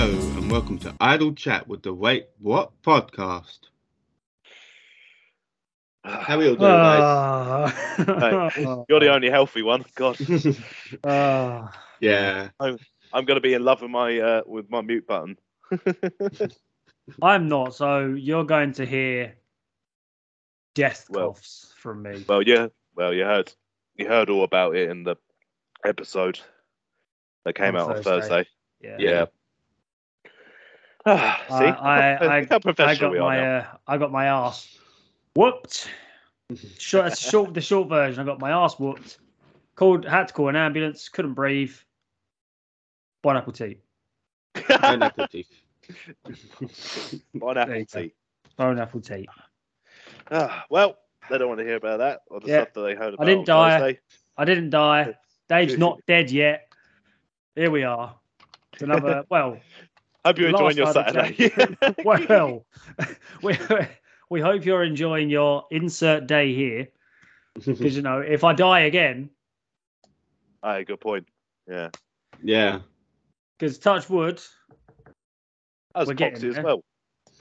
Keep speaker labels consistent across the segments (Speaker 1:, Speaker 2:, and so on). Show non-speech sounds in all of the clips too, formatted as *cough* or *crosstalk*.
Speaker 1: Welcome to Idle Chat with the Wait What podcast. How are you all doing,
Speaker 2: Ah.
Speaker 3: *laughs* You're the only healthy one. God,
Speaker 1: *laughs* guys?
Speaker 2: Ah.
Speaker 1: yeah.
Speaker 3: I'm gonna be in love with my uh, with my mute button.
Speaker 2: I'm not, so you're going to hear death
Speaker 3: Well.
Speaker 2: coughs from me.
Speaker 3: Well, yeah. Well, you heard you heard all about it in the episode that came
Speaker 2: On
Speaker 3: out on
Speaker 2: Thursday.
Speaker 3: Thursday.
Speaker 2: yeah.
Speaker 3: Yeah. *sighs* Ah,
Speaker 2: I-
Speaker 3: see, *laughs*
Speaker 2: I-
Speaker 3: Look
Speaker 2: I-
Speaker 3: how
Speaker 2: I
Speaker 3: professional
Speaker 2: got
Speaker 3: we are
Speaker 2: my
Speaker 3: now.
Speaker 2: uh, I got my ass whooped. Short, that's short the short version. I got my ass whooped. Called had to call an ambulance. Couldn't breathe. One apple tea. uh,
Speaker 3: *laughs*
Speaker 1: Don't have to teeth.
Speaker 3: on
Speaker 2: There
Speaker 3: Apple
Speaker 2: you go.
Speaker 3: Tea.
Speaker 2: One apple tea.
Speaker 3: Ah, well, they don't want to hear about that or the
Speaker 2: Yeah.
Speaker 3: stuff that they heard about.
Speaker 2: I didn't
Speaker 3: on
Speaker 2: die.
Speaker 3: Thursday.
Speaker 2: I didn't die. Dave's not dead yet. Here we are. It's another
Speaker 3: *laughs*
Speaker 2: well.
Speaker 3: Hope you're enjoying your
Speaker 2: Last
Speaker 3: Saturday. *laughs*
Speaker 2: *laughs* well, we, we hope you're enjoying your insert day here because you know if I die again,
Speaker 3: Aye, good point. Yeah,
Speaker 1: *laughs* yeah. *laughs*
Speaker 2: because touch wood,
Speaker 3: that was
Speaker 2: We're getting
Speaker 3: poxy as
Speaker 2: there.
Speaker 3: well.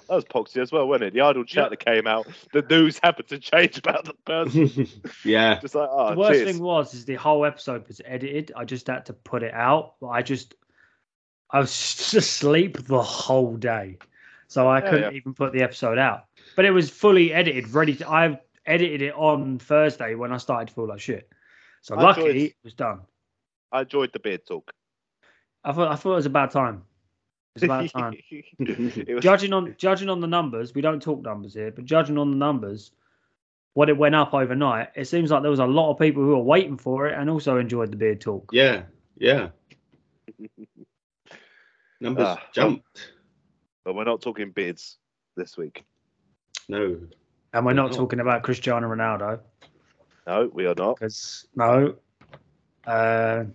Speaker 3: That was poxy as well, wasn't it? The idle chat that came out, the news *laughs* happened to change about the person.
Speaker 1: yeah. *laughs*
Speaker 3: Just like, oh,
Speaker 2: the worst
Speaker 3: cheers.
Speaker 2: thing was is the whole episode was edited. I just had to put it out. but I just I was *laughs* just asleep the whole day, so I
Speaker 3: Yeah,
Speaker 2: couldn't even put the episode out. But it was fully edited, ready. To, I edited it on Thursday when I started to feel like shit. So
Speaker 3: I
Speaker 2: luckily,
Speaker 3: enjoyed-
Speaker 2: it was done.
Speaker 3: I enjoyed the beard talk.
Speaker 2: I thought I thought it was about time. It
Speaker 3: *laughs*
Speaker 2: was about time.
Speaker 3: it was,
Speaker 2: judging on judging on the numbers, we don't talk numbers here, but judging on the numbers, what it went up overnight, it seems like there was a lot of people who were waiting for it and also enjoyed the beard talk.
Speaker 1: Yeah. Yeah. Numbers
Speaker 3: Ah,
Speaker 1: jumped.
Speaker 3: but we're not talking beards this week.
Speaker 1: No.
Speaker 2: And we're not
Speaker 3: Oh.
Speaker 2: talking about Cristiano Ronaldo
Speaker 3: No, we are not.
Speaker 2: because no. Uh,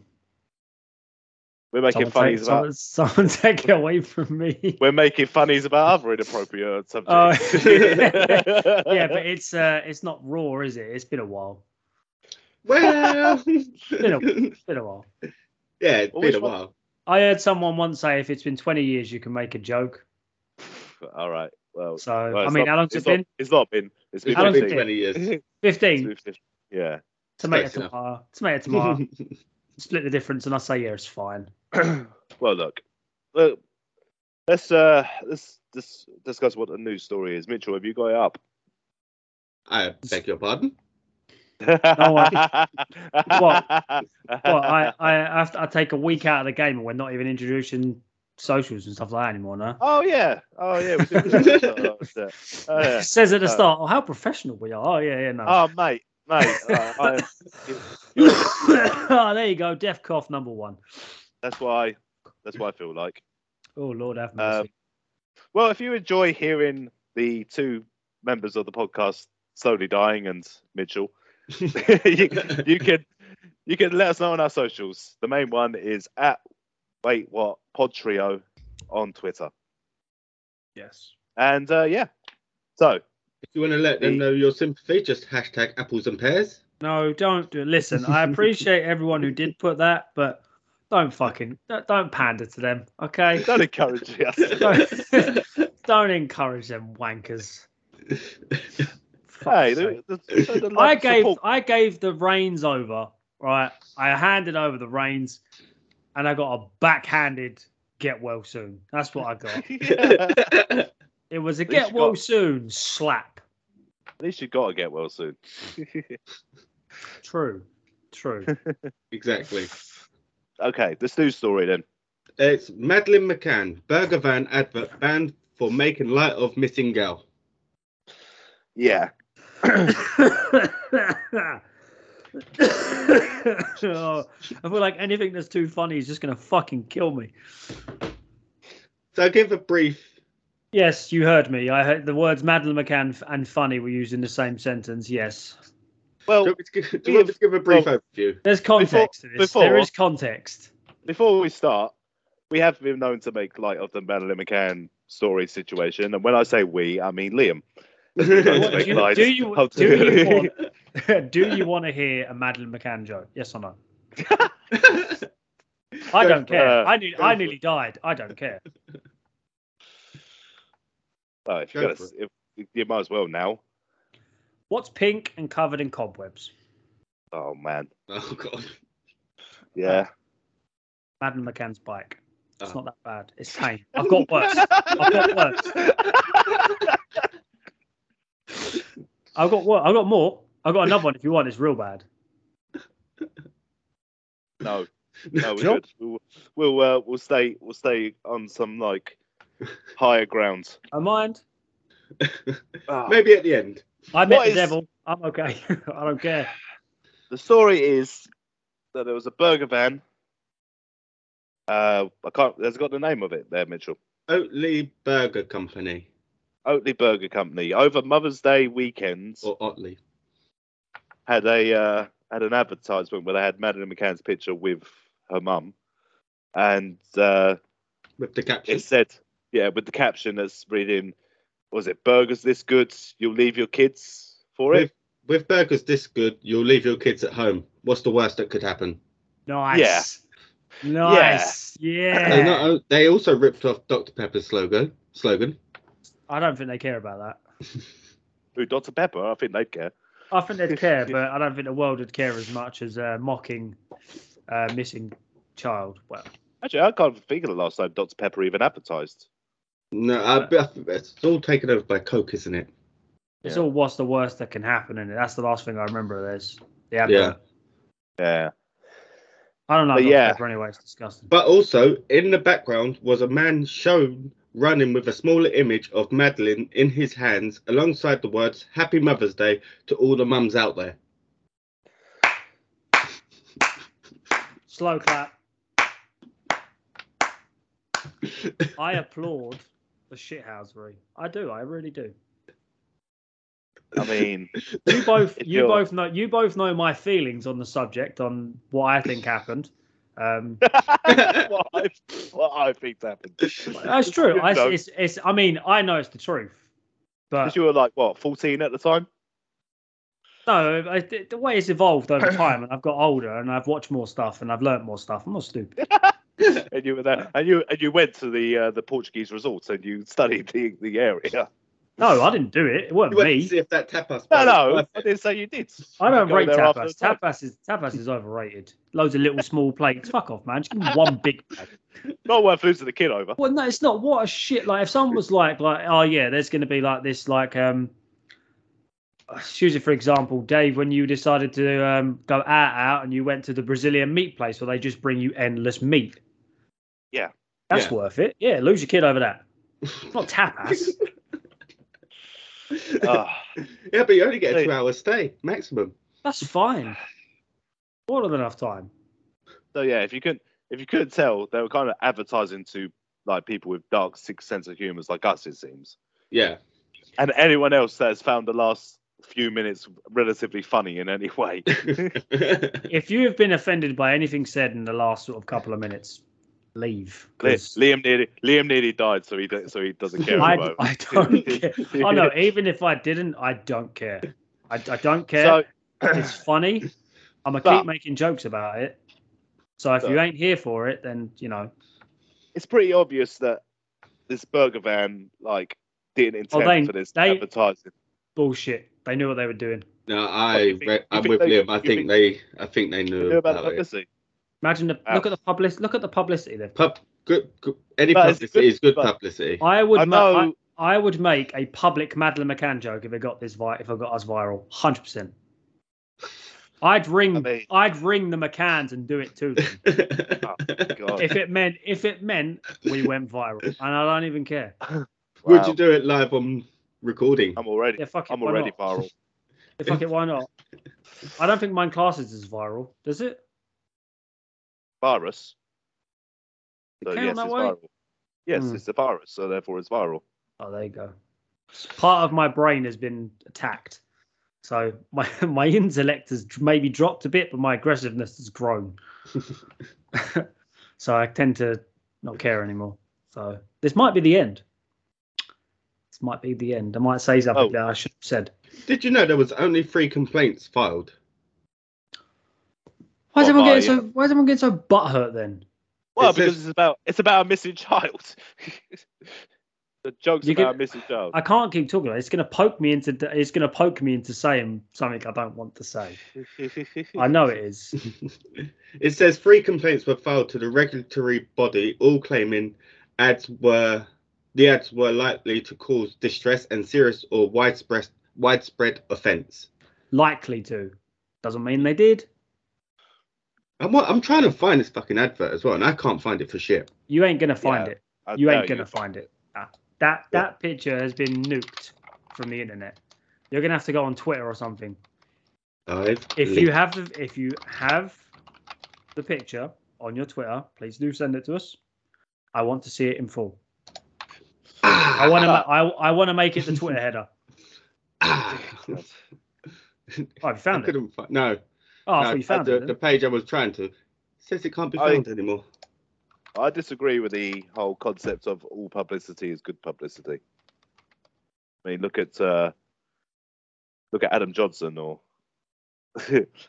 Speaker 3: We're making
Speaker 2: someone,
Speaker 3: funnies
Speaker 2: take,
Speaker 3: about.
Speaker 2: someone, someone *laughs* take it away from me.
Speaker 3: *laughs* We're making funnies about other inappropriate
Speaker 2: *laughs*
Speaker 3: subjects. *laughs*
Speaker 2: Oh. yeah, but it's uh, it's not raw, is it? It's been a while.
Speaker 1: Well.
Speaker 2: Little. It's been a while.
Speaker 1: *laughs* yeah, it's
Speaker 3: Well,
Speaker 1: been
Speaker 3: which
Speaker 1: a
Speaker 3: one-
Speaker 1: while.
Speaker 2: I heard someone once say if it's been 20 years, you can make a joke.
Speaker 3: All right. Well,
Speaker 2: So,
Speaker 3: Oh, well,
Speaker 2: I
Speaker 3: it's
Speaker 2: mean,
Speaker 3: not-
Speaker 2: how long's it
Speaker 3: it's not-
Speaker 2: been?
Speaker 3: It's not been. It's been
Speaker 2: How long's it
Speaker 3: 15.
Speaker 1: 20 *laughs* years.
Speaker 3: It's
Speaker 2: 15.
Speaker 3: been 15. Yeah.
Speaker 2: Tomato,
Speaker 1: Close enough.
Speaker 2: tomato, tomato,
Speaker 3: *laughs*
Speaker 2: tomato. split the difference and I say yeah, it's fine.
Speaker 3: well, look, look. Let's uh, let's, let's discuss what the news story is. Mitchell, have you got it up?
Speaker 1: I beg your pardon.
Speaker 2: I- Well, I I have to, I take a week out of the game and we're not even introducing socials and stuff like that anymore now.
Speaker 3: Oh yeah. Oh yeah. We did that.
Speaker 2: *laughs*
Speaker 3: Oh, yeah. Oh, yeah.
Speaker 2: Says at the
Speaker 3: Uh,
Speaker 2: start, oh how professional we are. Oh yeah, yeah, no.
Speaker 3: Oh mate, mate. uh, I,
Speaker 2: *coughs* oh, there you go, Def Cough number one.
Speaker 3: that's why. That's what I feel like.
Speaker 2: Oh Lord have
Speaker 3: Um,
Speaker 2: mercy.
Speaker 3: well, if you enjoy hearing the two members of the podcast slowly dying and Mitchell, *laughs* you, you can you can let us know on our socials. The main one is at wait what pod trio on Twitter.
Speaker 2: yes.
Speaker 3: And uh, yeah, so
Speaker 1: If you want to let them know your sympathy, just hashtag apples and *laughs* pears.
Speaker 2: No, don't do it. Listen, I
Speaker 3: *laughs*
Speaker 2: appreciate everyone who did put that, but don't fucking don't, don't pander to them,
Speaker 3: *laughs*
Speaker 2: okay?
Speaker 3: don't encourage us.
Speaker 2: *laughs* Don't, *laughs* don't encourage them
Speaker 3: *laughs*
Speaker 2: wankers. Fuck's
Speaker 3: hey,
Speaker 2: sake.
Speaker 3: the, the, the, the
Speaker 2: I
Speaker 3: love
Speaker 2: gave *laughs*
Speaker 3: support- *laughs*
Speaker 2: I gave the reins over, right? I handed over the reins, and I got a backhanded get well soon. That's what I got.
Speaker 3: Yeah, at
Speaker 2: It was a
Speaker 3: least
Speaker 2: get
Speaker 3: you
Speaker 2: well
Speaker 3: got-
Speaker 2: soon slap.
Speaker 3: least you gotta get well soon.
Speaker 2: True,
Speaker 3: *laughs*
Speaker 2: true. *coughs*
Speaker 1: exactly.
Speaker 3: okay, this news story then.
Speaker 1: It's Madeline McCann, burger van advert banned for making light of missing girl.
Speaker 3: Yeah,
Speaker 2: Oh, I feel like anything that's too funny is just gonna fucking kill me.
Speaker 1: So give a brief.
Speaker 2: Yes, you heard me. I heard the words Madeline McCann f- and funny were used in the same sentence. Yes,
Speaker 1: Do you
Speaker 3: well,
Speaker 1: want me to give, do you want me to give a brief overview?
Speaker 2: there's context to this. there
Speaker 3: before-
Speaker 2: is context.
Speaker 3: before we start, we have been known to make light of the Madeline McCann story situation, and when I say we, I mean Liam.
Speaker 2: What,
Speaker 3: make
Speaker 2: do, you,
Speaker 3: lies.
Speaker 2: do, you,
Speaker 3: How
Speaker 2: do,
Speaker 3: to-
Speaker 2: you
Speaker 3: *laughs*
Speaker 2: want, do you want to hear a Madeline McCann joke? Yes or no? I
Speaker 3: Go
Speaker 2: don't
Speaker 3: for
Speaker 2: care.
Speaker 3: it.
Speaker 2: I, ne-
Speaker 3: Uh, Go
Speaker 2: I
Speaker 3: for
Speaker 2: nearly died. I don't care.
Speaker 3: Oh, if you,
Speaker 1: Go
Speaker 3: got
Speaker 1: for
Speaker 3: if, you might as well now.
Speaker 2: What's pink and covered in cobwebs?
Speaker 3: Oh man,
Speaker 1: *laughs* Oh god.
Speaker 3: yeah.
Speaker 2: Madden McCann's bike. It's
Speaker 1: Oh.
Speaker 2: not that bad. It's tame. I've
Speaker 3: *laughs*
Speaker 2: got worse. I've got worse. I've got worse. I've got more. I've got another one if you want. It's real bad.
Speaker 3: No, no, we're
Speaker 2: Sure.
Speaker 3: good. We'll we'll, uh, we'll stay we'll stay on some like higher ground.
Speaker 2: I mind.
Speaker 1: Maybe at the end.
Speaker 2: I met
Speaker 3: What
Speaker 2: the
Speaker 3: is-
Speaker 2: devil. I'm okay. *laughs* I don't care.
Speaker 3: the story is that there was a burger van. Uh, I can't. There's got the name of it there, Mitchell.
Speaker 1: Oatley Burger Company
Speaker 3: Oatley Burger Company over Mother's Day weekend
Speaker 1: or Otley.
Speaker 3: had a uh, had an advertisement where they had Madeline McCann's picture with her mum, and uh,
Speaker 1: with the caption.
Speaker 3: it said, yeah, with the caption that's reading, was it burgers this good? You'll leave your kids for
Speaker 2: *laughs*
Speaker 3: it.
Speaker 1: With burgers this good, you'll leave your kids at home. What's the worst that could happen?
Speaker 2: Nice. Nice. Yeah.
Speaker 1: They, not, o- they also ripped off Dr Pepper's slogan. Slogan.
Speaker 2: I don't think they care about that.
Speaker 3: Ooh, Dr Pepper. I think they'd care.
Speaker 2: I think
Speaker 3: *laughs*
Speaker 2: they'd care, but I don't think the world would care as much as uh, mocking uh, missing child. Well,
Speaker 3: Actually, I can't think of the last time Dr Pepper even advertised.
Speaker 1: No, I, I, it's all taken over by Coke, isn't it?
Speaker 2: it's
Speaker 3: Yeah.
Speaker 2: all what's the worst that can happen, and that's the last thing I remember. of this. the advert.
Speaker 1: Yeah.
Speaker 3: Yeah.
Speaker 2: I don't like
Speaker 3: But
Speaker 2: Dr.
Speaker 3: yeah.
Speaker 2: Pepper anyway. It's disgusting.
Speaker 1: But also, in the background was a man shown running with a smaller image of Madeline in his hands alongside the words Happy Mother's Day to all the mums out there.
Speaker 3: *laughs*
Speaker 2: Slow clap. I applaud the shithousery. I do. I
Speaker 3: *laughs*
Speaker 2: really do. *laughs*
Speaker 3: I mean,
Speaker 2: You both,
Speaker 3: If
Speaker 2: you
Speaker 3: you're-
Speaker 2: both know, you both know my feelings on the subject, on what I think happened.
Speaker 3: *laughs*
Speaker 2: Um,
Speaker 3: what, I, what I think's happened.
Speaker 2: that's true.
Speaker 3: *laughs*
Speaker 2: I,
Speaker 3: You know,
Speaker 2: it's, it's, I mean, I know it's the truth,
Speaker 3: 'cause
Speaker 2: but
Speaker 3: you were like what, 14 at the time?
Speaker 2: No, I- the the way it's evolved over time, and I've got older, and I've watched more stuff, and I've learnt more stuff. I'm not stupid.
Speaker 3: *laughs* And you were there, and you and you went to the uh, the Portuguese resort and you studied the, the
Speaker 2: *laughs*
Speaker 3: area.
Speaker 2: No, I didn't do it. It
Speaker 1: You
Speaker 2: wasn't
Speaker 1: went to see
Speaker 2: me.
Speaker 1: if that tapas.
Speaker 3: No,
Speaker 1: bar was
Speaker 3: no,
Speaker 1: worth
Speaker 3: I
Speaker 1: it.
Speaker 3: didn't say you did.
Speaker 2: I don't
Speaker 3: Go
Speaker 2: rate
Speaker 3: there after
Speaker 2: tapas.
Speaker 3: the time.
Speaker 2: Tapas is tapas is overrated. Loads of little small plates. Fuck off, man. Just give me one big plate.
Speaker 3: Not worth losing the kid
Speaker 2: *laughs*
Speaker 3: over.
Speaker 2: Well, no, it's not. What a shit! Like, if someone was like, like, oh yeah, there's going to be like this, like, um, excuse me, for example, Dave, when you decided to um go out out and you went to the Brazilian meat place where they just bring you endless meat.
Speaker 3: Yeah.
Speaker 2: that's
Speaker 1: Yeah.
Speaker 2: worth it. Yeah, lose your kid over that. It's not tapas.
Speaker 3: *laughs* Ah,
Speaker 1: *laughs* Yeah, but you only get a
Speaker 3: Hey.
Speaker 1: two hour stay maximum.
Speaker 2: that's fine. More than enough time.
Speaker 3: so yeah, if you couldn't if you couldn't tell, they were kind of advertising to like people with dark sixth sense of humors like us, it seems,
Speaker 1: Yeah. *laughs*
Speaker 3: and anyone else that has found the last few minutes relatively funny in any
Speaker 2: *laughs*
Speaker 3: way.
Speaker 2: If you have been offended by anything said in the last sort of couple of minutes, leave.
Speaker 3: Li-
Speaker 2: 'cause
Speaker 3: Liam nearly Liam nearly died, so he do- so he doesn't care
Speaker 2: I,
Speaker 3: about.
Speaker 2: I don't care. oh
Speaker 3: *laughs*
Speaker 2: no, even if I didn't, I don't care. I, I don't care.
Speaker 3: So *clears throat*
Speaker 2: it's funny. I'm gonna
Speaker 3: But-
Speaker 2: keep making jokes about it. So if
Speaker 3: But-
Speaker 2: you ain't here for it, then you know.
Speaker 3: it's pretty obvious that this burger van like didn't
Speaker 2: Oh,
Speaker 3: intend
Speaker 2: they-
Speaker 3: for this
Speaker 2: they-
Speaker 3: advertising.
Speaker 2: Bullshit. They knew what they were doing.
Speaker 1: no,
Speaker 3: What do
Speaker 1: I
Speaker 3: you think?
Speaker 1: re-
Speaker 3: You
Speaker 1: I'm
Speaker 3: think
Speaker 1: with
Speaker 3: they-
Speaker 1: Liam. I
Speaker 3: you
Speaker 1: think
Speaker 3: think-
Speaker 1: they I think they
Speaker 3: They
Speaker 1: knew
Speaker 3: knew about the
Speaker 1: about it.
Speaker 3: publicity.
Speaker 2: Imagine the
Speaker 3: Wow.
Speaker 2: look at the publicity. Look at the publicity they've.
Speaker 1: Pub, good, good, any
Speaker 3: But it's
Speaker 1: publicity
Speaker 3: good-
Speaker 1: is good
Speaker 3: but-
Speaker 1: publicity. *laughs*
Speaker 2: I would.
Speaker 3: I
Speaker 2: ma-
Speaker 3: know.
Speaker 2: I, I would make a public Madeline McCann joke if it got this vi- if it got us viral. Hundred percent. I'd ring.
Speaker 3: I mean-
Speaker 2: I'd ring the McCanns and do it
Speaker 3: *laughs*
Speaker 2: to them.
Speaker 3: God,
Speaker 2: if it meant if it meant we went viral, and I don't even care.
Speaker 1: Would
Speaker 3: wow.
Speaker 1: you do it live on recording?
Speaker 3: I'm already.
Speaker 2: Yeah, fuck it.
Speaker 3: I'm
Speaker 2: why
Speaker 3: already
Speaker 2: not?
Speaker 3: viral.
Speaker 2: Yeah, fuck it, why not? I don't think mine classes is viral, does it?
Speaker 3: Virus. So
Speaker 2: came
Speaker 3: yes,
Speaker 2: on that
Speaker 3: it's
Speaker 2: way?
Speaker 3: viral. Yes,
Speaker 2: Hmm.
Speaker 3: it's a virus, so therefore it's viral.
Speaker 2: Oh, there you go. Part of my brain has been attacked, so my *laughs* my intellect has maybe dropped a bit, but my aggressiveness has grown. *laughs* so I tend to not care anymore. So this might be the end. This might be the end. I might say something
Speaker 3: Oh.
Speaker 2: that I should have said.
Speaker 1: Did you know there was only three complaints filed?
Speaker 2: Why
Speaker 3: Well,
Speaker 2: is everyone
Speaker 3: my,
Speaker 2: getting so? Why is everyone getting so butthurt then?
Speaker 3: Well,
Speaker 1: It says-
Speaker 3: because it's about it's about a missing child. *laughs* The jokes
Speaker 2: You
Speaker 3: about Mrs. Dove. *laughs*
Speaker 2: I can't keep talking. About it. It's going to poke me into. It's going to poke me into saying something I don't want to say. I know it is.
Speaker 1: *laughs* it says three complaints were filed to the regulatory body, all claiming ads were the ads were likely to cause distress and serious or widespread widespread offence.
Speaker 2: Likely to. Doesn't mean they did.
Speaker 1: I'm wa- I'm trying to find this fucking advert as well, and I can't find it for shit.
Speaker 2: You ain't gonna find
Speaker 3: Yeah,
Speaker 2: it.
Speaker 3: I
Speaker 2: You ain't
Speaker 3: doubt
Speaker 2: gonna find it. Nah. That
Speaker 1: Yeah.
Speaker 2: that picture has been nuked from the internet. You're gonna have to go on Twitter or something.
Speaker 1: I've
Speaker 2: If
Speaker 1: linked-
Speaker 2: you have the, if you have the picture on your Twitter, please do send it to us. I want to see it in full.
Speaker 1: ah,
Speaker 2: I want to. Ma- I I want to make it the Twitter header. *laughs*
Speaker 1: ah.
Speaker 2: Oh, have you
Speaker 1: I
Speaker 2: found it?
Speaker 1: couldn't find no.
Speaker 2: Oh, I
Speaker 1: no,
Speaker 2: thought you found
Speaker 1: the,
Speaker 2: it.
Speaker 1: the
Speaker 2: then.
Speaker 1: page I was trying to says it can't be
Speaker 3: I-
Speaker 1: found anymore.
Speaker 3: I disagree with the whole concept of all publicity is good publicity. I mean, look at uh, look at Adam Johnson or *laughs*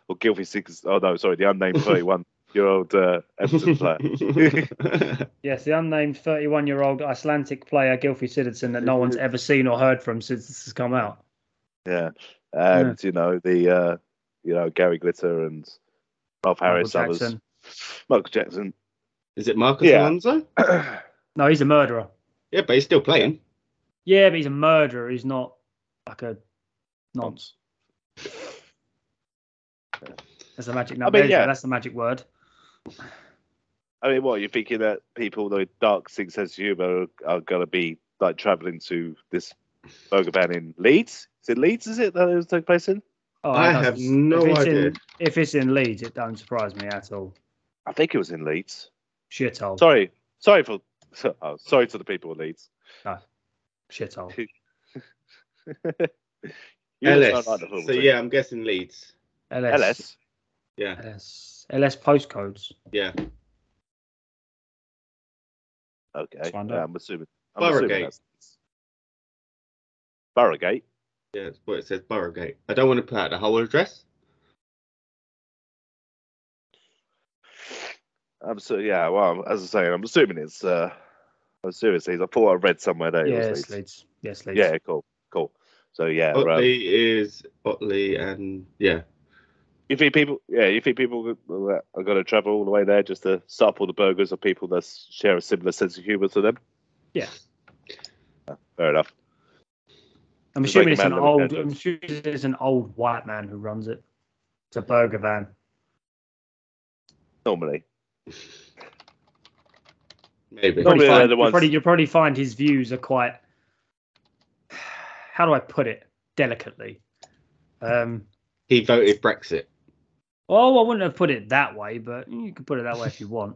Speaker 3: or Gilfie Six. Oh no, sorry, the
Speaker 2: *laughs*
Speaker 3: unnamed thirty-one-year-old uh, Everton *laughs* player.
Speaker 2: Yes, the unnamed 31 year old Icelandic player Gylfi Sigurdsson that no one's ever seen or heard from since this has come out.
Speaker 3: Yeah, and you know the uh, you know Gary Glitter and Ralph Harris,
Speaker 2: Michael
Speaker 3: others,
Speaker 2: Jackson.
Speaker 3: Michael Jackson.
Speaker 1: *laughs*
Speaker 3: *clears throat*
Speaker 1: Is it Marcus
Speaker 3: Yeah.
Speaker 1: Alonso?
Speaker 2: No, he's a murderer.
Speaker 1: Yeah, but he's still playing.
Speaker 2: Yeah, but he's a murderer. He's not like a nonce. That's the magic number.
Speaker 3: mean, yeah.
Speaker 2: That's the magic word.
Speaker 3: I mean, what you're thinking that people with dark six sense of humor are, going to be like traveling to this burger van in Leeds? Is it Leeds? Is it that it was taking place in?
Speaker 2: Oh,
Speaker 1: I
Speaker 2: it doesn't-
Speaker 1: have no
Speaker 2: if it's
Speaker 1: idea.
Speaker 2: In, if it's in Leeds, it don't surprise me at all.
Speaker 3: I think it was in Leeds.
Speaker 2: Shithole.
Speaker 3: Sorry, sorry for *laughs* oh, sorry to the people in Leeds.
Speaker 2: Shithole.
Speaker 3: You don't
Speaker 1: LS.
Speaker 3: sound like the football
Speaker 1: so
Speaker 3: team.
Speaker 1: yeah, I'm guessing Leeds.
Speaker 2: LS.
Speaker 3: LS.
Speaker 1: Yeah,
Speaker 2: LS. LS postcodes.
Speaker 1: yeah.
Speaker 3: Okay,
Speaker 2: Let's find
Speaker 3: yeah,
Speaker 2: out.
Speaker 3: I'm assuming. I'm
Speaker 1: Barrogate.
Speaker 3: assuming that's Barrogate.
Speaker 1: Yeah, that's what it says. Boroughgate. I don't want to put out the whole address.
Speaker 3: I'm so yeah. Well, as I say, I'm assuming it's. uh I'm seriously. I thought I read somewhere that it
Speaker 2: yes,
Speaker 3: was
Speaker 2: Leeds.
Speaker 3: Leeds.
Speaker 2: Yes, Leeds.
Speaker 3: Yeah, cool, cool. So yeah, uh,
Speaker 1: Otley
Speaker 3: right.
Speaker 1: is Otley, and yeah,
Speaker 3: You think people? Yeah, you think people are going to travel all the way there just to sample the burgers of people that share a similar sense of humour to them?
Speaker 2: Yeah.
Speaker 3: Fair enough.
Speaker 2: I'm
Speaker 3: Just make
Speaker 2: assuming
Speaker 3: a
Speaker 2: it's an
Speaker 3: man live in
Speaker 2: old.
Speaker 3: Bedlam.
Speaker 2: I'm assuming it's an old white man who runs it. It's a burger van.
Speaker 3: Normally,
Speaker 1: maybe.
Speaker 3: No,
Speaker 2: Probably
Speaker 3: they're
Speaker 2: find-
Speaker 3: the
Speaker 2: you'll, probably,
Speaker 3: ones-
Speaker 2: you'll probably find his views are quite. How do I put it delicately? Um,
Speaker 1: He voted
Speaker 3: *laughs*
Speaker 1: Brexit.
Speaker 2: oh, I wouldn't have put it that way, but you can put it that way if you want.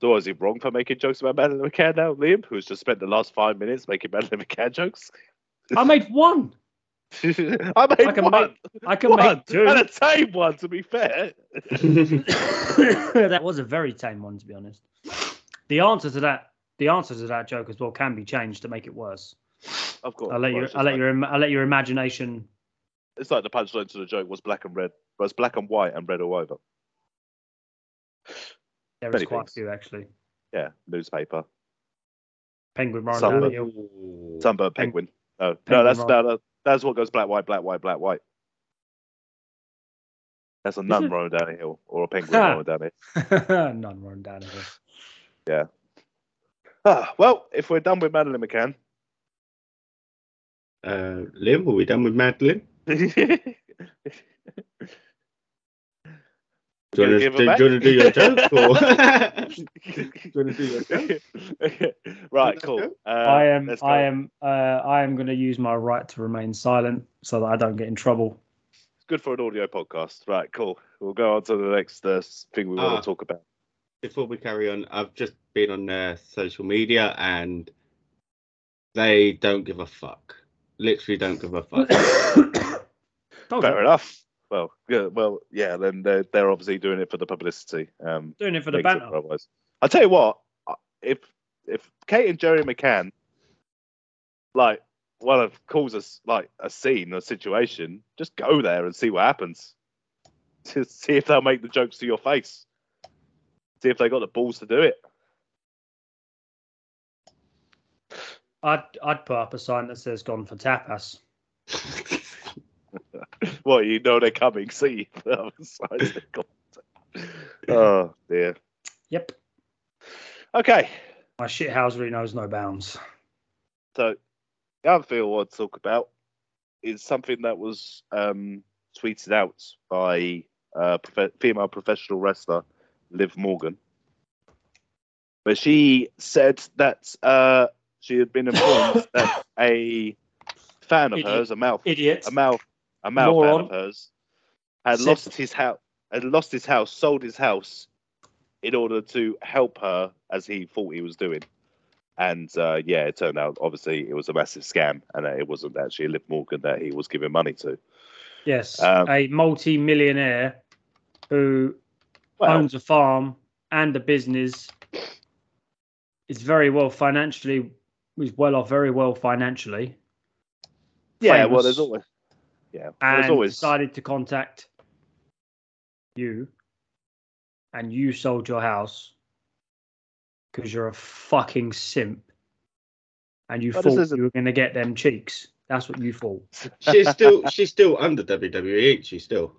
Speaker 3: so is he wrong for making jokes about Madeline McCann now, Liam, who's just spent the last five minutes making Madeline McCann jokes? *laughs*
Speaker 2: I made one.
Speaker 3: I made
Speaker 2: I can
Speaker 3: one,
Speaker 2: make- I can
Speaker 3: one,
Speaker 2: make two.
Speaker 3: and a tame one. To be fair,
Speaker 2: *laughs* that was a very tame one, to be honest. The answer to that, the answer to that joke as well, can be changed to make it worse.
Speaker 3: of course.
Speaker 2: I'll let
Speaker 3: well,
Speaker 2: you.
Speaker 3: it's just
Speaker 2: I'll let
Speaker 3: like-
Speaker 2: your. im- I'll let your imagination.
Speaker 3: It's like the punchline to the joke was black and red, was black and white and red all over.
Speaker 2: There is
Speaker 3: Many
Speaker 2: quite a
Speaker 3: things.
Speaker 2: few actually.
Speaker 3: Yeah, newspaper,
Speaker 2: Penguin running
Speaker 3: Some
Speaker 2: down
Speaker 3: of
Speaker 2: the hill.
Speaker 3: sunbird penguin. No, no,
Speaker 2: penguin
Speaker 3: that's
Speaker 2: rhyme.
Speaker 3: no, no, that's what goes black, white, black, white, black, white. That's a nun
Speaker 2: it? Ah.
Speaker 3: rolling down a hill or a penguin
Speaker 2: *laughs* Ha.
Speaker 3: rolling down a hill.
Speaker 2: *laughs* None running down the hill.
Speaker 3: Ah, well, if we're done with Madeline McCann,
Speaker 1: *laughs*
Speaker 3: *laughs*
Speaker 1: Uh, Liam, are we done with Madeline? Do you
Speaker 3: Gonna
Speaker 1: want to
Speaker 3: give
Speaker 1: do, do,
Speaker 3: her
Speaker 1: you
Speaker 3: back?
Speaker 1: wanna do your
Speaker 3: *laughs*
Speaker 1: joke? Or... wanna do your
Speaker 3: right, cool. Uh,
Speaker 2: I am.
Speaker 3: let's go.
Speaker 2: I am. Uh, I am going to use my right to remain silent so that I don't get in trouble.
Speaker 3: *coughs* It's good for an audio podcast. Right, cool. We'll go on to the next uh, thing we
Speaker 1: Ah.
Speaker 3: want to talk about.
Speaker 1: before we carry on, I've just been on their social media and they don't give a fuck. Literally don't give a fuck.
Speaker 2: Told
Speaker 3: Fair
Speaker 2: you,
Speaker 3: enough. Well, yeah, well, yeah. Then they're, they're obviously doing it for the publicity. Um,
Speaker 2: doing it for the
Speaker 3: makes it
Speaker 2: banter.
Speaker 3: otherwise. I tell you what, I- if if Kate and Jerry McCann, like one of calls us like a scene, a situation, just go there and see what happens. *laughs* To see if they'll make the jokes to your face. See if they got the balls to do it.
Speaker 2: I'd I'd put up a sign that says "Gone for tapas."
Speaker 3: Well, you know they're coming. *laughs* See, Besides the
Speaker 2: *laughs*
Speaker 3: content. oh dear.
Speaker 2: Yep,
Speaker 3: Okay,
Speaker 2: my shithousery knows no bounds.
Speaker 3: so the other thing I want to talk about is something that was um, tweeted out by uh, prof- female professional wrestler Liv Morgan, but she said that uh, she had been informed that a fan of
Speaker 2: Idiot.
Speaker 3: hers, a mouth
Speaker 2: Idiot.
Speaker 3: a male a male
Speaker 2: Moron.
Speaker 3: fan of hers had
Speaker 2: Sick.
Speaker 3: lost his house had lost his house, sold his house in order to help her as he thought he was doing. And uh, yeah, it turned out obviously it was a massive scam and that it wasn't actually Liv Morgan that he was giving money to.
Speaker 2: Yes,
Speaker 3: Um,
Speaker 2: a multi-millionaire who
Speaker 3: Well,
Speaker 2: owns a farm and a business. Is very well financially. Is well off, very well financially,
Speaker 3: yeah,
Speaker 2: famous.
Speaker 3: well there's always yeah, well,
Speaker 2: and
Speaker 3: there's always
Speaker 2: decided to contact you, and you sold your house because you're a fucking simp, and you
Speaker 3: But this
Speaker 2: thought
Speaker 3: isn't-
Speaker 2: you were going to get them cheeks. That's what you thought.
Speaker 1: she's still she's still under WWE, ain't she? Still,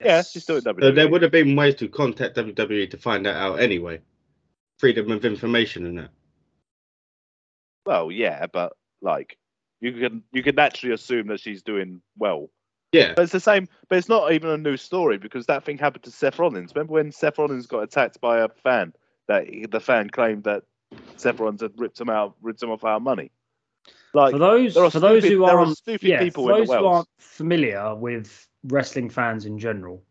Speaker 3: yeah, she's still in E.
Speaker 1: so there
Speaker 3: WWE.
Speaker 1: would have been ways to contact WWE to find that out anyway. Freedom of information and that.
Speaker 3: well, yeah, but like you can you can naturally assume that she's doing well
Speaker 1: Yeah,
Speaker 3: But it's the same. But it's not even a new story because that thing happened to Seth Rollins. Remember when Seth Rollins got attacked by a fan? That he- the fan claimed that Seth Rollins had ripped him out, ripped him off our money. Like
Speaker 2: for those
Speaker 3: there are
Speaker 2: for those
Speaker 3: stupid-
Speaker 2: who
Speaker 3: there are
Speaker 2: aren't
Speaker 3: stupid
Speaker 2: yeah,
Speaker 3: people
Speaker 2: for
Speaker 3: in the
Speaker 2: those who
Speaker 3: world.
Speaker 2: aren't familiar with wrestling fans in general,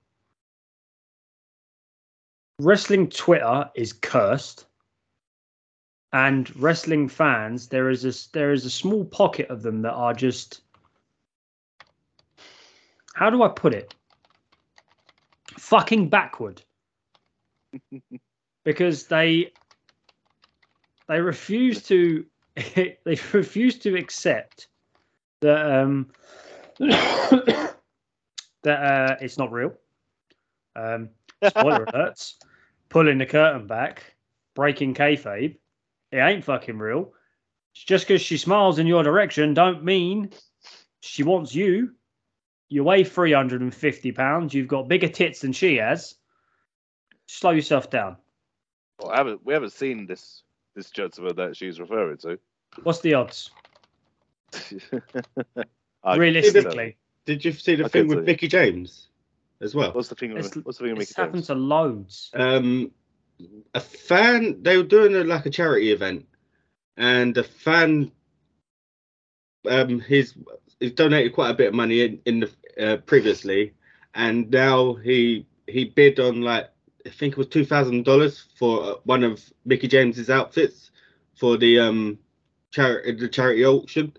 Speaker 2: wrestling Twitter is cursed, and wrestling fans there is a s- there is a small pocket of them that are just how do I put it fucking backward
Speaker 3: *laughs*
Speaker 2: because they they refuse to *laughs* they refuse to accept that um *coughs* that uh it's not real um spoiler alerts pulling the curtain back breaking kayfabe it ain't fucking real It's just because she smiles in your direction don't mean she wants you you weigh 350 pounds you've got bigger tits than she has slow yourself down
Speaker 3: Well, *laughs* I haven't, we haven't seen this this gentleman that she's referring to. *laughs*
Speaker 2: what's the odds
Speaker 3: I-
Speaker 2: realistically
Speaker 1: did you see the
Speaker 3: I
Speaker 1: thing
Speaker 3: can
Speaker 1: with
Speaker 3: see.
Speaker 1: Mickey James as well?
Speaker 3: what's the thing? With,
Speaker 2: It's-
Speaker 3: what's the thing? With
Speaker 2: it's
Speaker 3: Mickey
Speaker 2: happened
Speaker 3: James?
Speaker 2: to loads
Speaker 1: um, a fan. They were doing a, like a charity event, and a fan, um, he's he's donated quite a bit of money in in the uh, previously, and now he he bid on like I think it was two thousand dollars for uh, one of Mickey James's outfits for the um charity the charity auction.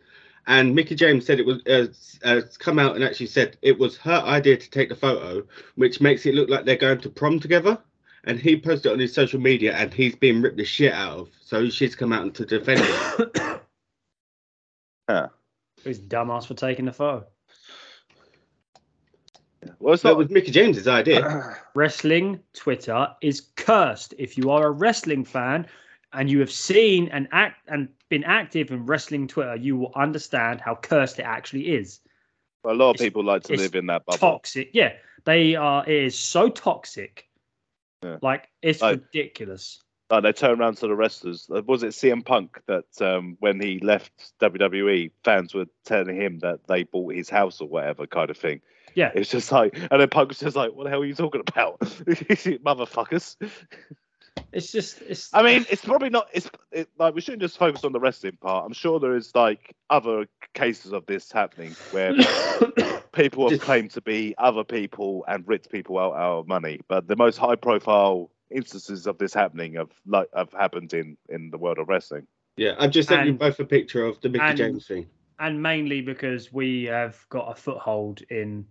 Speaker 1: And Mickey James said it was uh, s- uh, come out and actually said it was her idea to take the photo, which makes it look like they're going to prom together and he posted it on his social media and he's been ripped the shit out of. So she's come out to defend
Speaker 2: *coughs*
Speaker 1: it.
Speaker 2: He's dumbass for taking the photo.
Speaker 3: Well, it's
Speaker 1: So it
Speaker 3: not.
Speaker 1: was Mickey James's
Speaker 2: *coughs*
Speaker 1: idea.
Speaker 2: Wrestling Twitter is cursed. If you are a wrestling fan and you have seen and act and been active in wrestling Twitter, you will understand how cursed it actually is.
Speaker 3: a lot of
Speaker 2: it's-
Speaker 3: people like to
Speaker 2: it's
Speaker 3: live in that bubble.
Speaker 2: Toxic. Yeah. They are it is so toxic.
Speaker 3: Yeah.
Speaker 2: Like it's
Speaker 3: Like-
Speaker 2: ridiculous.
Speaker 3: Like they turn around to the wrestlers. Uh, Was it CM Punk that um, when he left WWE, fans were telling him that they bought his house or whatever kind of thing.
Speaker 2: Yeah.
Speaker 3: It's just like, and then Punk was just like, "What the hell are you talking about, *laughs* motherfuckers?"
Speaker 2: It's just it's
Speaker 3: I mean, it's probably not. It's it, like we shouldn't just focus on the wrestling part. I'm sure there is like other cases of this happening
Speaker 2: *laughs*
Speaker 3: where people have
Speaker 1: Just-
Speaker 3: claimed to be other people and ripped people out out of money. But the most high-profile instances of this happening have like have happened in in the world of wrestling.
Speaker 1: Yeah, I've just sent you
Speaker 2: And-
Speaker 1: both a picture of the Mickey
Speaker 2: and-
Speaker 1: James thing.
Speaker 2: *coughs* and mainly because we have got a foothold in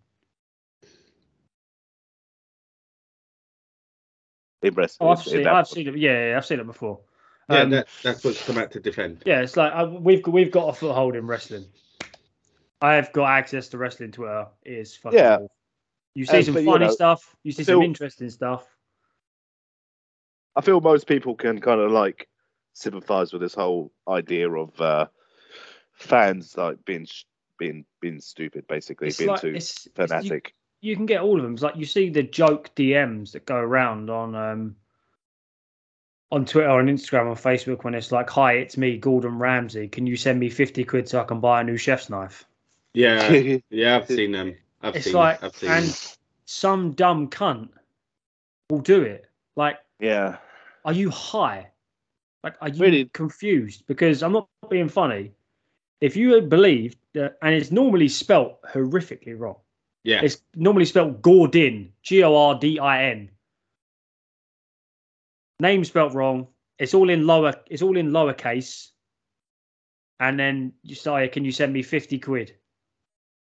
Speaker 3: impressed.
Speaker 2: Oh, I've
Speaker 3: in- in
Speaker 2: seen
Speaker 3: that
Speaker 2: I've
Speaker 3: one.
Speaker 2: seen it. Yeah, yeah, I've seen it before.
Speaker 1: Yeah,
Speaker 2: Um,
Speaker 1: that, that's what's come out to defend.
Speaker 2: Yeah, it's like I, we've we've got a foothold in wrestling. I have got access to wrestling Twitter. It is fucking
Speaker 3: Yeah.
Speaker 2: awful. You see
Speaker 3: And,
Speaker 2: some
Speaker 3: but,
Speaker 2: funny
Speaker 3: you know,
Speaker 2: stuff. You see
Speaker 3: still-
Speaker 2: some interesting stuff.
Speaker 3: I feel most people can kind of like sympathize with this whole idea of uh, fans like being sh- being being stupid, basically
Speaker 2: It's
Speaker 3: being
Speaker 2: like-
Speaker 3: too
Speaker 2: it's- it's- you-
Speaker 3: fanatic.
Speaker 2: you can get all of them. It's like you see the joke DMs that go around on um on Twitter, on Instagram, on Facebook when it's like, "Hi, it's me, Gordon Ramsay. Can you send me fifty quid so I can buy a new chef's knife?"
Speaker 1: Yeah, *laughs* yeah, I've seen them. I've
Speaker 2: it's
Speaker 1: seen.
Speaker 2: like,
Speaker 1: I've seen.
Speaker 2: and
Speaker 1: them.
Speaker 2: some dumb cunt will do it. Like,
Speaker 3: *laughs* yeah,
Speaker 2: are you high? Like, are you
Speaker 3: Really?
Speaker 2: confused? Because I'm not being funny. If you believe that, and it's normally spelt horrifically wrong.
Speaker 1: Yeah,
Speaker 2: It's normally spelled Gordin, G O R D I N. Name spelt wrong. It's all in lower. It's all in lowercase. And then you say, "Oh, "Can you send me fifty quid?"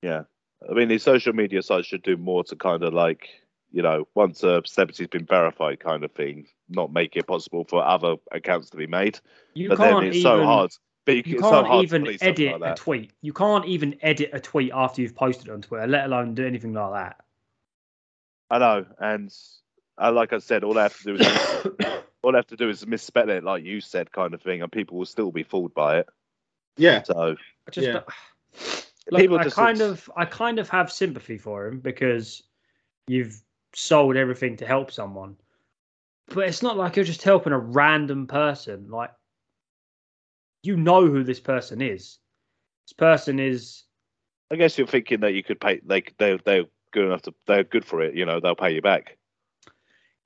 Speaker 3: I mean, these social media sites should do more to kind of like you know once a celebrity's been verified, kind of thing, not make it possible for other accounts to be made.
Speaker 2: You
Speaker 3: but
Speaker 2: can't
Speaker 3: then it's
Speaker 2: even.
Speaker 3: so hard. But you,
Speaker 2: You
Speaker 3: it's so
Speaker 2: can't
Speaker 3: hard to
Speaker 2: even
Speaker 3: police something
Speaker 2: edit
Speaker 3: like that.
Speaker 2: a tweet. You can't even edit a tweet after you've posted it on Twitter, let alone do anything like that.
Speaker 3: I know, and uh, like I said, all I have to
Speaker 2: *laughs*
Speaker 3: do is *coughs* all I have to do is misspell it, like you said, kind of thing, and people will still be fooled by it.
Speaker 1: yeah,
Speaker 3: So
Speaker 2: I just
Speaker 1: Yeah.
Speaker 2: *sighs* Look,
Speaker 3: People
Speaker 2: I
Speaker 3: just
Speaker 2: kind
Speaker 3: look-
Speaker 2: of I kind of have sympathy for him because you've sold everything to help someone. But it's not like you're just helping a random person. Like you know who this person is. This person is
Speaker 3: I guess you're thinking that you could pay, like they they're good enough to they're good for it, you know, they'll pay you back.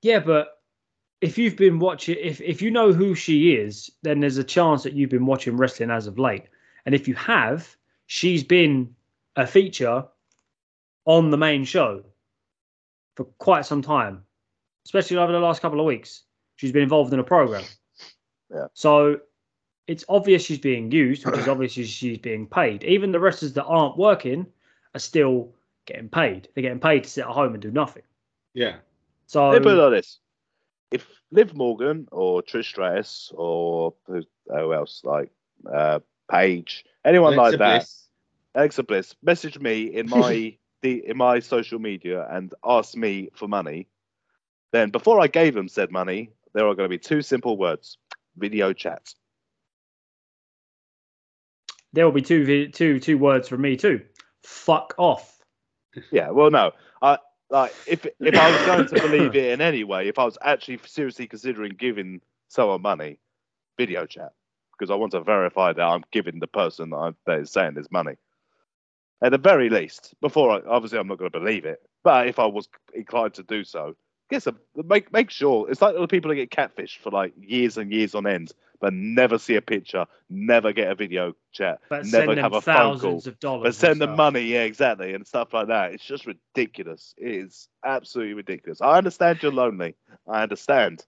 Speaker 2: yeah, but if you've been watching if if you know who she is, then there's a chance that you've been watching wrestling as of late. And if you have, she's been a feature on the main show for quite some time, especially over the last couple of weeks. She's been involved in a program.
Speaker 3: Yeah.
Speaker 2: So it's obvious she's being used, which
Speaker 3: *clears throat*
Speaker 2: is obviously she's being paid. Even the wrestlers that aren't working are still getting paid. They're getting paid to sit at home and do nothing.
Speaker 1: yeah,
Speaker 2: So
Speaker 3: Let me put it like this: if Liv Morgan or Trish Stratus or who, who else, like uh, Paige, anyone
Speaker 1: Alexa
Speaker 3: like that,
Speaker 1: Bliss.
Speaker 3: Alexa Bliss, message me
Speaker 1: *laughs*
Speaker 3: in my the in my social media and ask me for money. Then before I gave them said money, there are going to be two simple words: video chat.
Speaker 2: there will be two vi- two two words from me too. Fuck off.
Speaker 3: Yeah, well, no, I like if if I was going to believe it in any way, if I was actually seriously considering giving someone money, video chat, because I want to verify that I'm giving the person that, I'm, that is saying this money. At the very least, before I obviously I'm not going to believe it, but if I was inclined to do so, guess a, make make sure it's like the people that get catfished for like years and years on end, but never see a picture, never get a video chat,
Speaker 2: But send
Speaker 3: never
Speaker 2: them
Speaker 3: have a phone call.
Speaker 2: thousands of dollars.
Speaker 3: But
Speaker 2: and
Speaker 3: send them
Speaker 2: stuff.
Speaker 3: money, yeah, exactly, and stuff like that. It's just ridiculous. It is absolutely ridiculous. I understand you're lonely. I understand.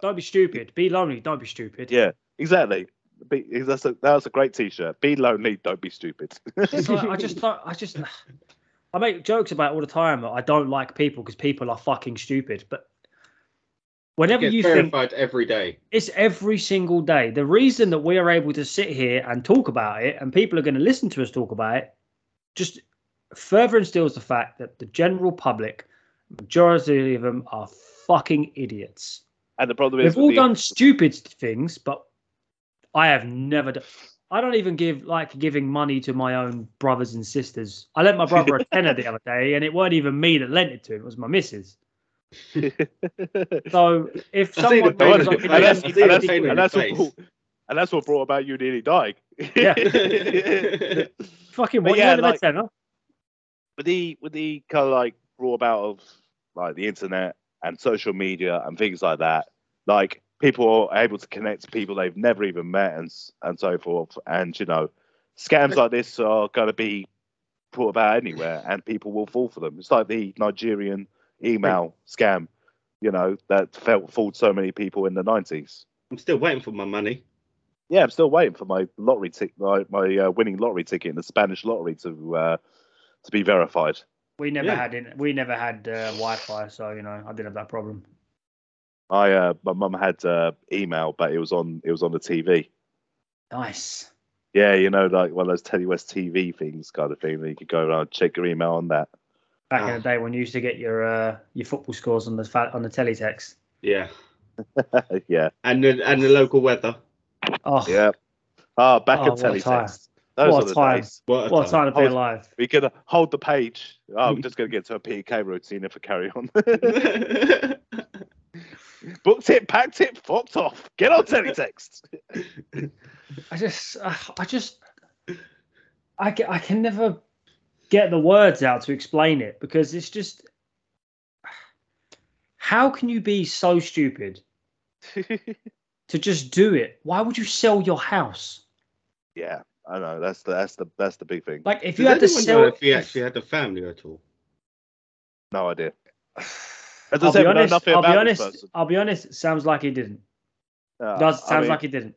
Speaker 2: Don't be stupid. Be lonely. Don't be stupid.
Speaker 3: Yeah, exactly. Be, that's a that's a great T-shirt. Be lonely, don't be stupid. *laughs*
Speaker 2: It's like, I just don't. I just. *sighs* I make jokes about it all the time. that I don't like people because people are fucking stupid. But whenever
Speaker 1: Gets
Speaker 2: you think
Speaker 1: verified every
Speaker 3: *laughs*
Speaker 1: day. *laughs*
Speaker 2: it's every single day, the reason that we are able to sit here and talk about it, and people are going to listen to us talk about it, just further instills the fact that the general public, majority of them, are fucking idiots.
Speaker 3: And the problem is, with
Speaker 2: We've all
Speaker 3: the-
Speaker 2: done stupid things, but I have never done. I don't even give like giving money to my own brothers and sisters. I lent my
Speaker 1: *laughs*
Speaker 2: brother a tenner the other day, and it weren't even me that lent it to him; it was my missus.
Speaker 3: *laughs*
Speaker 2: So if
Speaker 1: I see the
Speaker 2: someone
Speaker 1: pain
Speaker 2: goes,
Speaker 1: in
Speaker 2: I
Speaker 1: your
Speaker 2: can
Speaker 1: face.
Speaker 3: and, that's,
Speaker 2: lend
Speaker 1: I
Speaker 2: you
Speaker 1: see the
Speaker 2: 50
Speaker 1: pain in
Speaker 2: quid,"
Speaker 1: your
Speaker 3: and that's
Speaker 1: face.
Speaker 3: what and that's what brought about you nearly dying.
Speaker 2: Yeah.
Speaker 3: *laughs*
Speaker 1: *laughs* yeah,
Speaker 2: fucking
Speaker 3: But
Speaker 2: what?
Speaker 3: yeah,
Speaker 2: you lent him a
Speaker 3: like-
Speaker 2: tenner?
Speaker 3: with the with the kind of like brought about of like the internet and social media and things like that, like people are able to connect to people they've never even met and s- and so forth. And you know, scams like this are going to be put about anywhere, and people will fall for them. It's like the Nigerian email scam, you know, that felt fooled so many people in the nineties.
Speaker 1: I'm still waiting for my money.
Speaker 3: Yeah, I'm still waiting for my lottery tick, my, my uh, winning lottery ticket in the Spanish lottery to uh, to be verified.
Speaker 2: We never
Speaker 1: Yeah.
Speaker 2: had in, we never had uh, Wi-Fi, so you know I didn't have that problem.
Speaker 3: I uh, my mum had uh, email, but it was on it was on the TV.
Speaker 2: Nice.
Speaker 3: Yeah, you know, like one of those Telewest TV things, kind of thing that you could go around and check your email on that. *laughs*
Speaker 2: Back in
Speaker 1: Ah.
Speaker 2: the day when you used to get your uh, your football scores on the fa- on the teletext.
Speaker 1: Yeah,
Speaker 3: yeah,
Speaker 1: and the, and the local weather.
Speaker 2: Oh,
Speaker 3: yeah. Ah, back
Speaker 2: Oh,
Speaker 3: of
Speaker 2: what a time.
Speaker 3: teletext. Those
Speaker 2: What
Speaker 3: are the
Speaker 2: time.
Speaker 3: days.
Speaker 1: What a
Speaker 2: What a
Speaker 1: time.
Speaker 2: time to be
Speaker 3: Oh,
Speaker 2: alive.
Speaker 3: We could hold the page. Oh, I'm just going to get to a Peter K routine if I carry on. *laughs*
Speaker 1: *laughs*
Speaker 3: Booked it, packed it, fucked off. Get on
Speaker 2: *laughs*
Speaker 3: teletext.
Speaker 2: I just, I, I just, I, ca- I can never get the words out to explain it because it's just, how can you be so stupid to just do it? Why would you sell your house?
Speaker 3: *laughs* yeah, I know. That's the that's the that's the big thing.
Speaker 2: Like, if
Speaker 1: Does
Speaker 2: you had to
Speaker 1: anyone
Speaker 2: sell,
Speaker 1: know if he actually had a family at all?
Speaker 3: No idea.
Speaker 2: *sighs*
Speaker 3: As I
Speaker 2: I'll
Speaker 3: said,
Speaker 2: be
Speaker 3: we know
Speaker 2: honest.
Speaker 3: nothing
Speaker 2: I'll be
Speaker 3: about this
Speaker 2: honest.
Speaker 3: person.
Speaker 2: I'll be honest. it Sounds like he didn't.
Speaker 3: Uh,
Speaker 2: Does
Speaker 3: I
Speaker 2: sounds
Speaker 3: mean,
Speaker 2: like he didn't.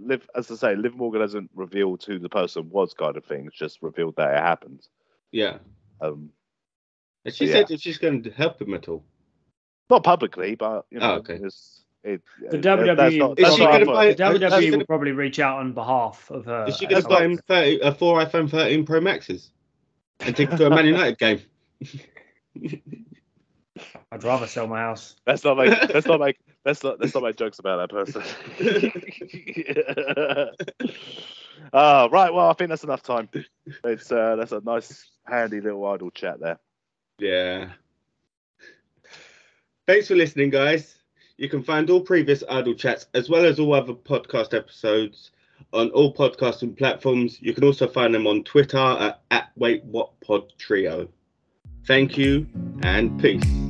Speaker 3: Liv, as I say, Liv Morgan hasn't revealed who the person was, kind of thing. It's just revealed that it happened.
Speaker 1: Yeah.
Speaker 3: Um,
Speaker 1: And she
Speaker 3: Yeah.
Speaker 1: said if she's going to help him at all.
Speaker 3: not publicly, but you know,
Speaker 1: Oh, okay.
Speaker 3: it's, it,
Speaker 2: The
Speaker 3: it-
Speaker 2: WWE
Speaker 3: that's not-
Speaker 2: Is
Speaker 3: that's
Speaker 1: she
Speaker 3: not
Speaker 1: gonna
Speaker 3: our
Speaker 1: buy-
Speaker 2: The
Speaker 3: fault.
Speaker 1: I- I was
Speaker 2: WWE will
Speaker 1: gonna-
Speaker 2: probably reach out on behalf of her.
Speaker 1: Is she
Speaker 3: Uh,
Speaker 1: going to
Speaker 2: at some
Speaker 1: buy him
Speaker 2: point.
Speaker 1: 30, a four iPhone 13 Pro Maxes and take him to a
Speaker 3: *laughs*
Speaker 1: Man United game?
Speaker 2: I'd rather sell my house.
Speaker 3: Let's
Speaker 1: *laughs*
Speaker 3: not make let's not make let's not let's not make jokes about that person. *laughs* uh, right, well I think that's enough time. It's uh, that's a nice handy little idle chat there.
Speaker 1: Yeah. Thanks for listening, guys. You can find all previous Idle Chats as well as all other podcast episodes on all podcasting platforms. You can also find them on Twitter at, at Wait What Pod Trio. Thank you and peace.